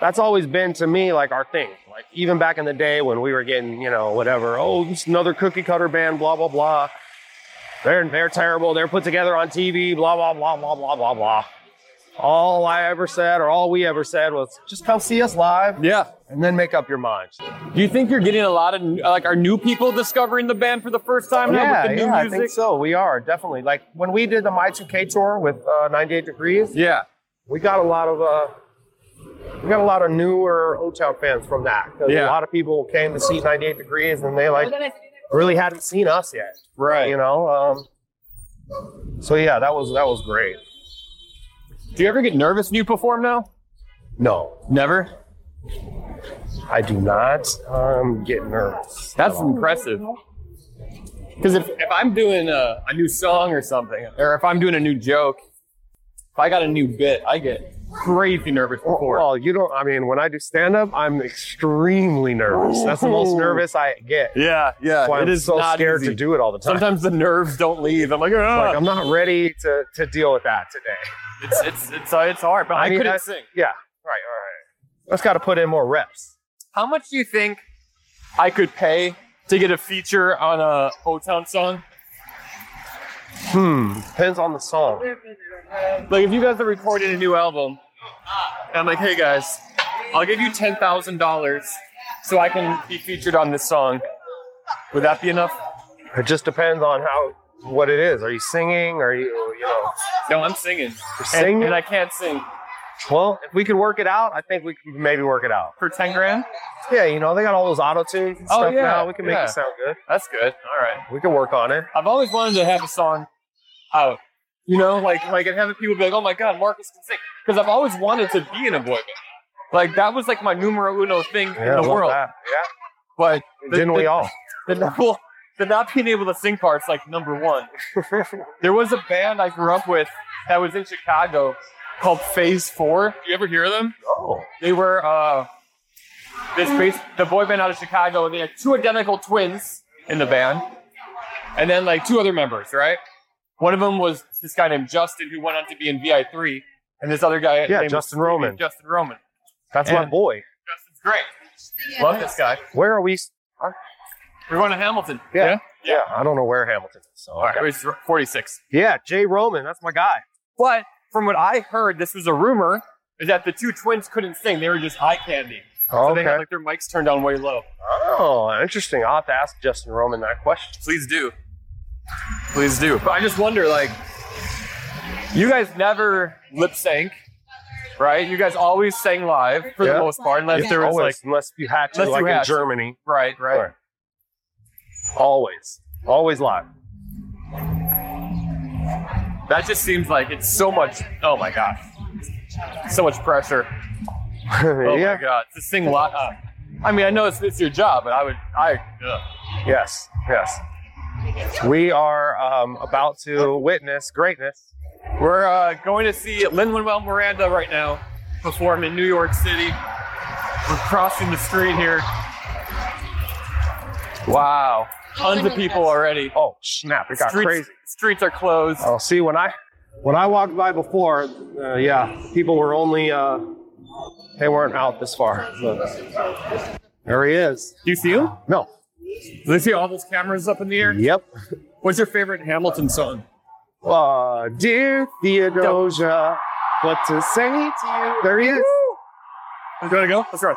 that's always been to me like our thing. Like even back in the day when we were getting, you know, whatever, oh, it's another cookie cutter band, blah blah blah. They're they're terrible, they're put together on TV, blah blah blah blah blah blah blah. All I ever said or all we ever said was just come see us live
Yeah.
and then make up your mind.
Do you think you're getting a lot of like are new people discovering the band for the first time now with the new
yeah, I
music?
think so. We are definitely like when we did the My 2K tour with uh, 98 Degrees.
Yeah.
we got a lot of uh, we got a lot of newer O Town fans from that. 'Cause
Yeah.
A lot of people came to see 98 Degrees and they like really hadn't seen us yet.
Right.
You know. Um, so yeah, that was that was great.
Do you ever get nervous when you perform now?
No,
Never.
I do not um, get nervous.
That's impressive. Because if, if I'm doing a, a new song or something, or if I'm doing a new joke, if I got a new bit, I get crazy nervous before.
Well, you don't. I mean, when I do stand up, I'm extremely nervous. That's the most nervous I get.
yeah, yeah.
That's why
it
I'm
is
so
not
scared
easy.
to do it all the time.
Sometimes the nerves don't leave. I'm like, ah.
like, I'm not ready to, to deal with that today.
it's it's it's, uh, it's hard, but I,
mean,
couldn't
I-
sing.
Yeah. Right. All right. That's got to put in more reps.
How much do you think I could pay to get a feature on a O Town song?
Hmm. Depends on the song.
Like, if you guys are recording a new album, and I'm like, hey guys, I'll give you ten thousand dollars so I can be featured on this song. Would that be enough?
It just depends on how what it is. Are you singing? Are you you know?
No, I'm singing.
singing?
And, and I can't sing
Well, if we could work it out, I think we could maybe work it out.
for ten grand.
Yeah, you know they got all those auto tunes and
Oh,
stuff
yeah,
now. We can make
yeah.
it sound good.
That's good. All right.
We can work on it.
I've always wanted to have a song out. You know, like like and having people be like, oh my god, Marcus can sing. Because I've always wanted to be in a boy band. Like that was like my numero uno thing
Yeah,
in
love
the world.
that.
But
Yeah.
the-
Didn't we
the-
all?
the not, well, the not being able to sing part's like number one. there was a band I grew up with that was in Chicago called Phase Four. You ever hear of them?
Oh.
They were uh, this base, the boy band out of Chicago, and they had two identical twins in the band, and then like two other members, right? One of them was this guy named Justin who went on to be in VI three, and this other guy
Yeah,
named
Justin Roman.
Justin Roman.
That's my
And-
boy.
Justin's great. Love this guy.
Where are we? s-
We're going to Hamilton.
Yeah. Yeah, I don't know where Hamilton is. So
All right,
okay.
it was 46.
Yeah, Jay Roman. That's my guy.
But from what I heard, this was a rumor, is that the two twins couldn't sing. They were just eye candy. So they had
Okay.
like their mics turned down way low.
Oh, interesting. I'll have to ask Justin Roman that question.
Please do. Please do. But I just wonder, like, you guys never lip sync, right? You guys always sang live for the
Yeah.
most part, unless
Yeah.
there was
Always,
like,
unless you had to,
Unless you
like
had
in
to.
Germany.
right, right.
Right. Always. Always live.
That just seems like it's so much. Oh my gosh, so much pressure. Oh
yeah.
my god, to sing live. Uh, I mean, I know it's, it's your job, but I would, I. ugh.
Yes. Yes. We are um, about to witness greatness.
We're uh, going to see Lin Manuel Miranda right now perform in New York City. We're crossing the street here. Wow, tons of people already.
Oh snap! It got
streets,
crazy.
Streets are closed.
Oh, see when I when I walked by before, uh, yeah, people were only uh, they weren't out this far. Look. There he is.
Do you see them?
No.
Do you see all those cameras up in the air?
Yep.
What's your favorite Hamilton song?
Uh, dear Theodosia, what to say to you? There he is.
Do you want to go? Let's go.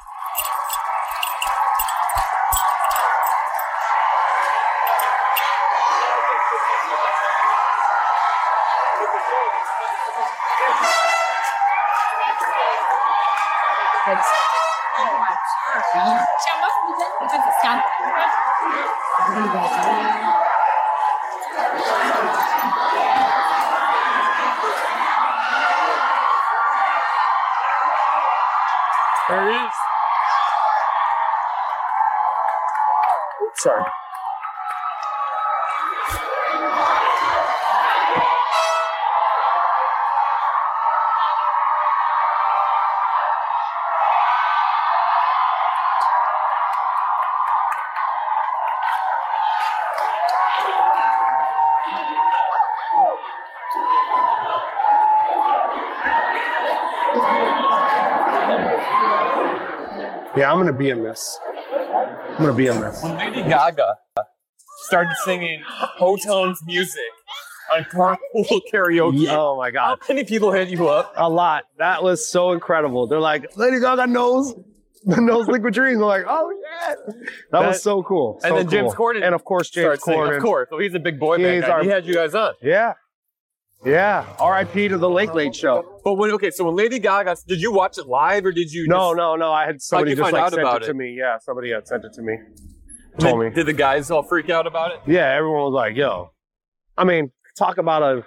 There it is.
Sorry. Yeah, I'm gonna be a mess. I'm gonna be a mess.
When Lady Gaga started singing Hoton's music on carpool karaoke,
Oh my
how
god.
many people hit you up?
A lot. That was so incredible. They're like, Lady Gaga knows knows Liquid Dreams. They're like, oh yeah. That, was so cool.
and
So
then James
cool.
Corden
And of course James
Started singing,
Corden.
Of course. So he's a big boy
He's
band guy.
our-
He had you guys on.
Yeah. Yeah. R.I.P. to the Late Late Show.
But when, okay, so when Lady Gaga, did you watch it live or did you
No,
just-
no, no. I had somebody
you
just
find
like
out
sent
about
it,
it?
to me. Yeah, somebody had sent it to me.
did,
Told me.
Did the guys all freak out about it?
yeah, everyone was like, yo. I mean, talk about a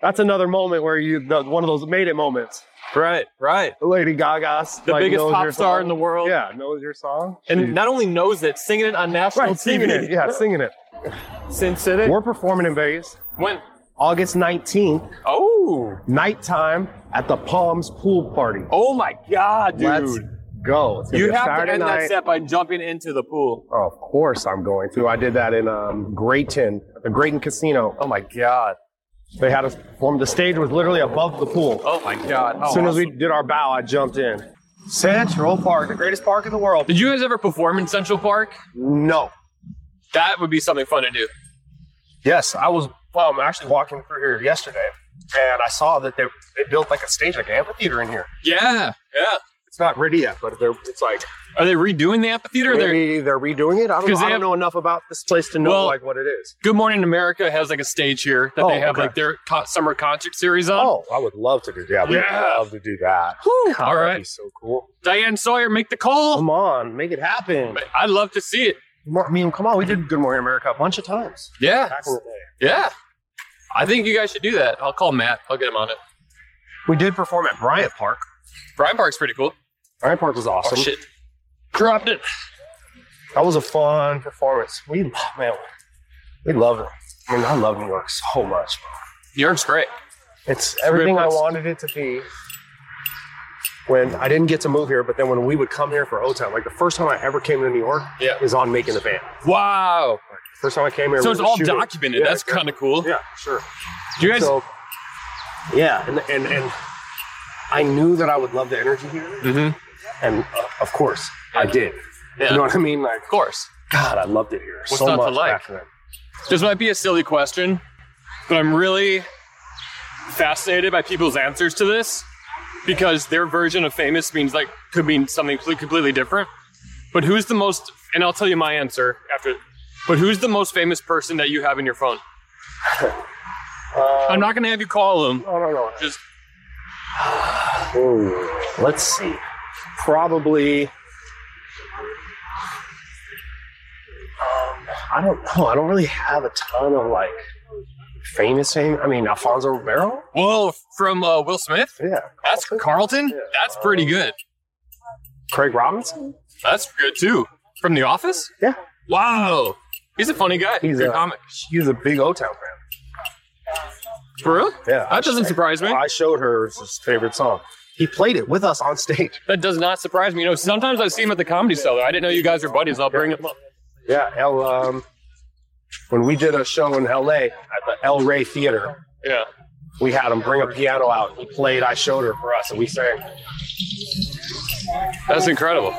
that's another moment where you the, one of those made it moments.
Right, right.
Lady Gaga's
The
like,
biggest
knows
pop
your
star in
song.
the world.
Yeah, knows your song.
And not only knows it, singing it on national
Right,
TV.
singing it. Yeah, singing it.
Sin City.
We're performing in Vegas
When?
August 19th,
Oh,
nighttime at the Palms pool party.
oh my God, dude!
Let's go. It's gonna
you
be a
have
Saturday
to end
night.
that set by jumping into the pool.
Oh, of course I'm going to. I did that in um, Grayton, the Grayton Casino.
Oh my God!
They had us perform. The stage was literally above the pool.
Oh my God!
As soon as we did our bow, I jumped in. Central Park, the greatest park in the world.
did you guys ever perform in Central Park?
No.
That would be something fun to do.
Yes, I was. Well, I'm actually walking through here yesterday, and I saw that they, they built like a stage, like an amphitheater in here.
Yeah, yeah.
It's not ready yet, but they're, it's like
Are they redoing the amphitheater? They're-
Maybe they're redoing it. I don't,
'Cause
know,
they
I
have-
don't know enough about this place to know
Well-
like what it is.
Good Morning America has like a stage here that
Oh,
they have
okay.
like their co- summer concert series on.
Oh, I would love to do that. We'd
Yeah.
love to do that.
Whew. all
That'd
right,
be so cool.
Diane Sawyer, make the call.
Come on, make it happen.
I'd love to see it.
I mean, come on, we did Good Morning America a bunch of times.
Yeah,
Back in the day.
yeah. I think you guys should do that. I'll call Matt. I'll get him on it.
We did perform at Bryant Park.
Brian Park's pretty cool.
Bryant Park was
Oh
awesome.
shit! Dropped it.
That was a fun performance. We man, we love it. I mean, I love New York so much.
New York's great.
It's everything I
place.
wanted it to be. When I didn't get to move here, but then when we would come here for O Town, like the first time I ever came to New York
Yeah.
is on making the band.
Wow.
First time I came here,
So
we
it's
were
all
shooting.
documented.
Oh, Yeah,
That's kind of cool.
Yeah, sure.
Do you guys?
So, yeah, and and and I knew that I would love the energy here,
Mm-hmm.
and uh, of course I did.
Yeah.
You know what I mean? Like,
Of course.
God, I loved it here
What's
so
not to
much.
like?
back then.
This might be a silly question, but I'm really fascinated by people's answers to this because their version of famous means like could mean something cle- completely different. But who's the most? And I'll tell you my answer after. But who's the most famous person that you have in your phone?
Uh,
I'm not gonna have you call them.
no, no, no.
Just
Ooh, let's see. Probably. Um, I don't know. I don't really have a ton of like famous fame. I mean, Alfonso Ribeiro.
whoa from uh, Will Smith.
Yeah.
That's Carlton. That's pretty good.
Craig Robinson.
That's good too. From The Office.
Yeah.
Wow. He's a funny guy.
He's
good
a-
comic.
He's a big O Town fan.
For real?
Yeah. I-
That doesn't surprise me.
I showed her his favorite song. He played it with us on stage.
That does not surprise me. You know, sometimes I see him at the comedy cellar. I didn't know you guys were buddies. I'll bring him up.
Yeah. L. Um, when we did a show in L. A. at the El Rey Theater,
Yeah.
we had him bring a piano out. He played I Showed Her for us, and we sang.
That's incredible.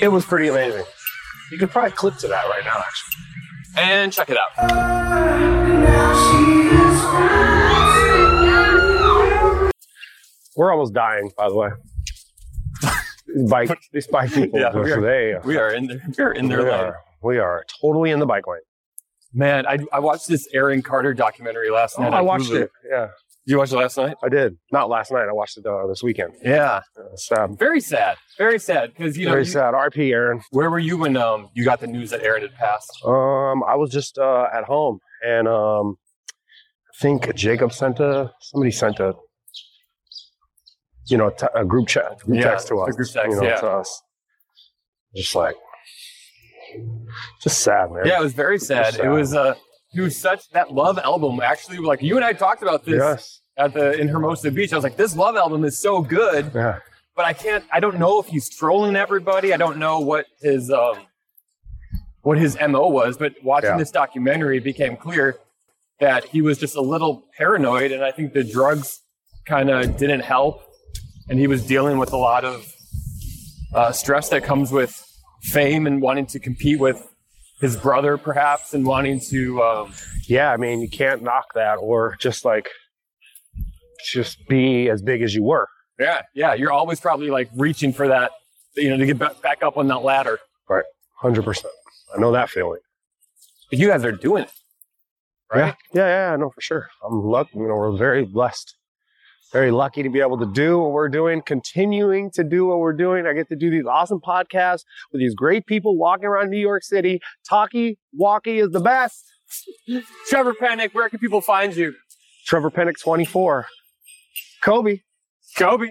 It was pretty amazing. You could probably clip to that right now, actually.
And check it out.
We're almost dying, by the way. These bike, these bike people.
Yeah, we are.
they,
We are in there. We are in
we
their lane.
are, we are totally in the bike lane.
Man, I, I watched this Aaron Carter documentary last night.
Oh, I
on
watched
Hulu.
it. Yeah,
Did you watch it last night?
I did. Not last night. I watched it uh, this weekend.
Yeah.
Uh, sad.
Very sad. Very sad. Because you know,
Very
you-
sad. RP, Aaron.
where were you when um you got the news that Aaron had passed?
Um, I was just uh, at home, and um, I think Jacob sent a somebody sent a you know a te- a group chat group
Yeah,
text to
a
us,
group text,
you know,
yeah.
to us. Just like, just sad, man.
Yeah, it was very sad. It
sad.
was uh, it was such that love album. Actually, like you and I talked about this
yes,
at the in Hermosa Beach. I was like, this love album is so good.
yeah.
but I can't. I don't know if he's trolling everybody. I don't know what his um, what his mo was. But watching
Yeah.
this documentary, it became clear that he was just a little paranoid, and I think the drugs kind of didn't help, and he was dealing with a lot of uh, stress that comes with fame and wanting to compete with his brother, perhaps, and wanting to. Um,
yeah, I mean, you can't knock that, or just like, just be as big as you were,
yeah, yeah. You're always probably like reaching for that, you know, to get ba- back up on that ladder.
hundred percent. I know that feeling.
But you guys are doing it, right?
Yeah, yeah, yeah, I know for sure. I'm lucky. You know, we're very blessed, very lucky to be able to do what we're doing, continuing to do what we're doing. I get to do these awesome podcasts with these great people walking around New York City. Talkie Walkie is the best.
Trevor Panic, where can people find you?
Trevor Pennick, 24. Kobe.
Kobe.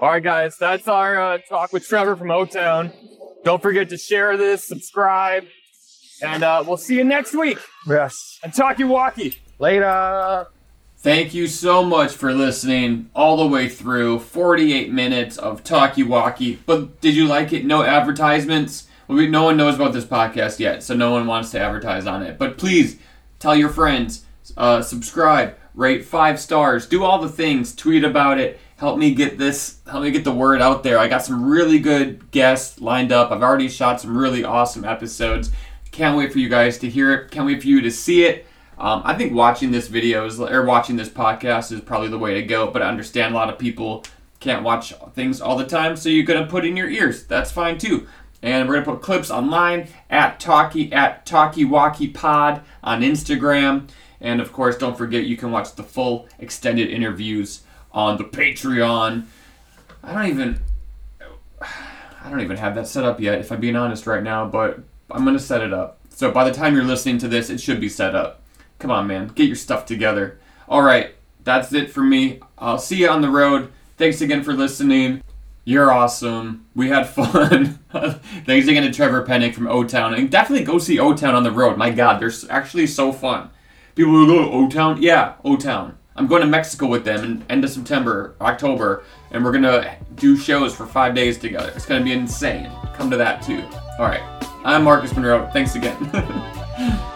All right, guys, that's our uh, talk with Trevor from O Town. Don't forget to share this, subscribe, and uh, we'll see you next week.
Yes.
And talkie walkie.
Later.
Thank you so much for listening all the way through 48 minutes of talkie walkie. But did you like it? No advertisements. Well, we, no one knows about this podcast yet, so no one wants to advertise on it. But please tell your friends, uh, subscribe, rate five stars, do all the things, tweet about it. Help me get this, help me get the word out there. I got some really good guests lined up. I've already shot some really awesome episodes. Can't wait for you guys to hear it. Can't wait for you to see it. Um, I think watching this video is, or watching this podcast is probably the way to go, but I understand a lot of people can't watch things all the time, so you're going to put in your ears. That's fine too. And we're going to put clips online at Talkie, at Talkie Walkie Pod on Instagram. And of course, don't forget you can watch the full extended interviews on the Patreon. I don't even, I don't even have that set up yet, if I'm being honest right now, but I'm going to set it up. So by the time you're listening to this, it should be set up. Come on, man. Get your stuff together. All right. That's it for me. I'll see you on the road. Thanks again for listening. You're awesome. We had fun. Thanks again to Trevor Pennick from O Town. And definitely go see O Town on the road. My God, they're s- actually so fun. People who go to O Town? Yeah, O Town. I'm going to Mexico with them in end of September, October, and we're going to do shows for five days together. It's going to be insane. Come to that too. All right. I'm Marcus Monroe. Thanks again.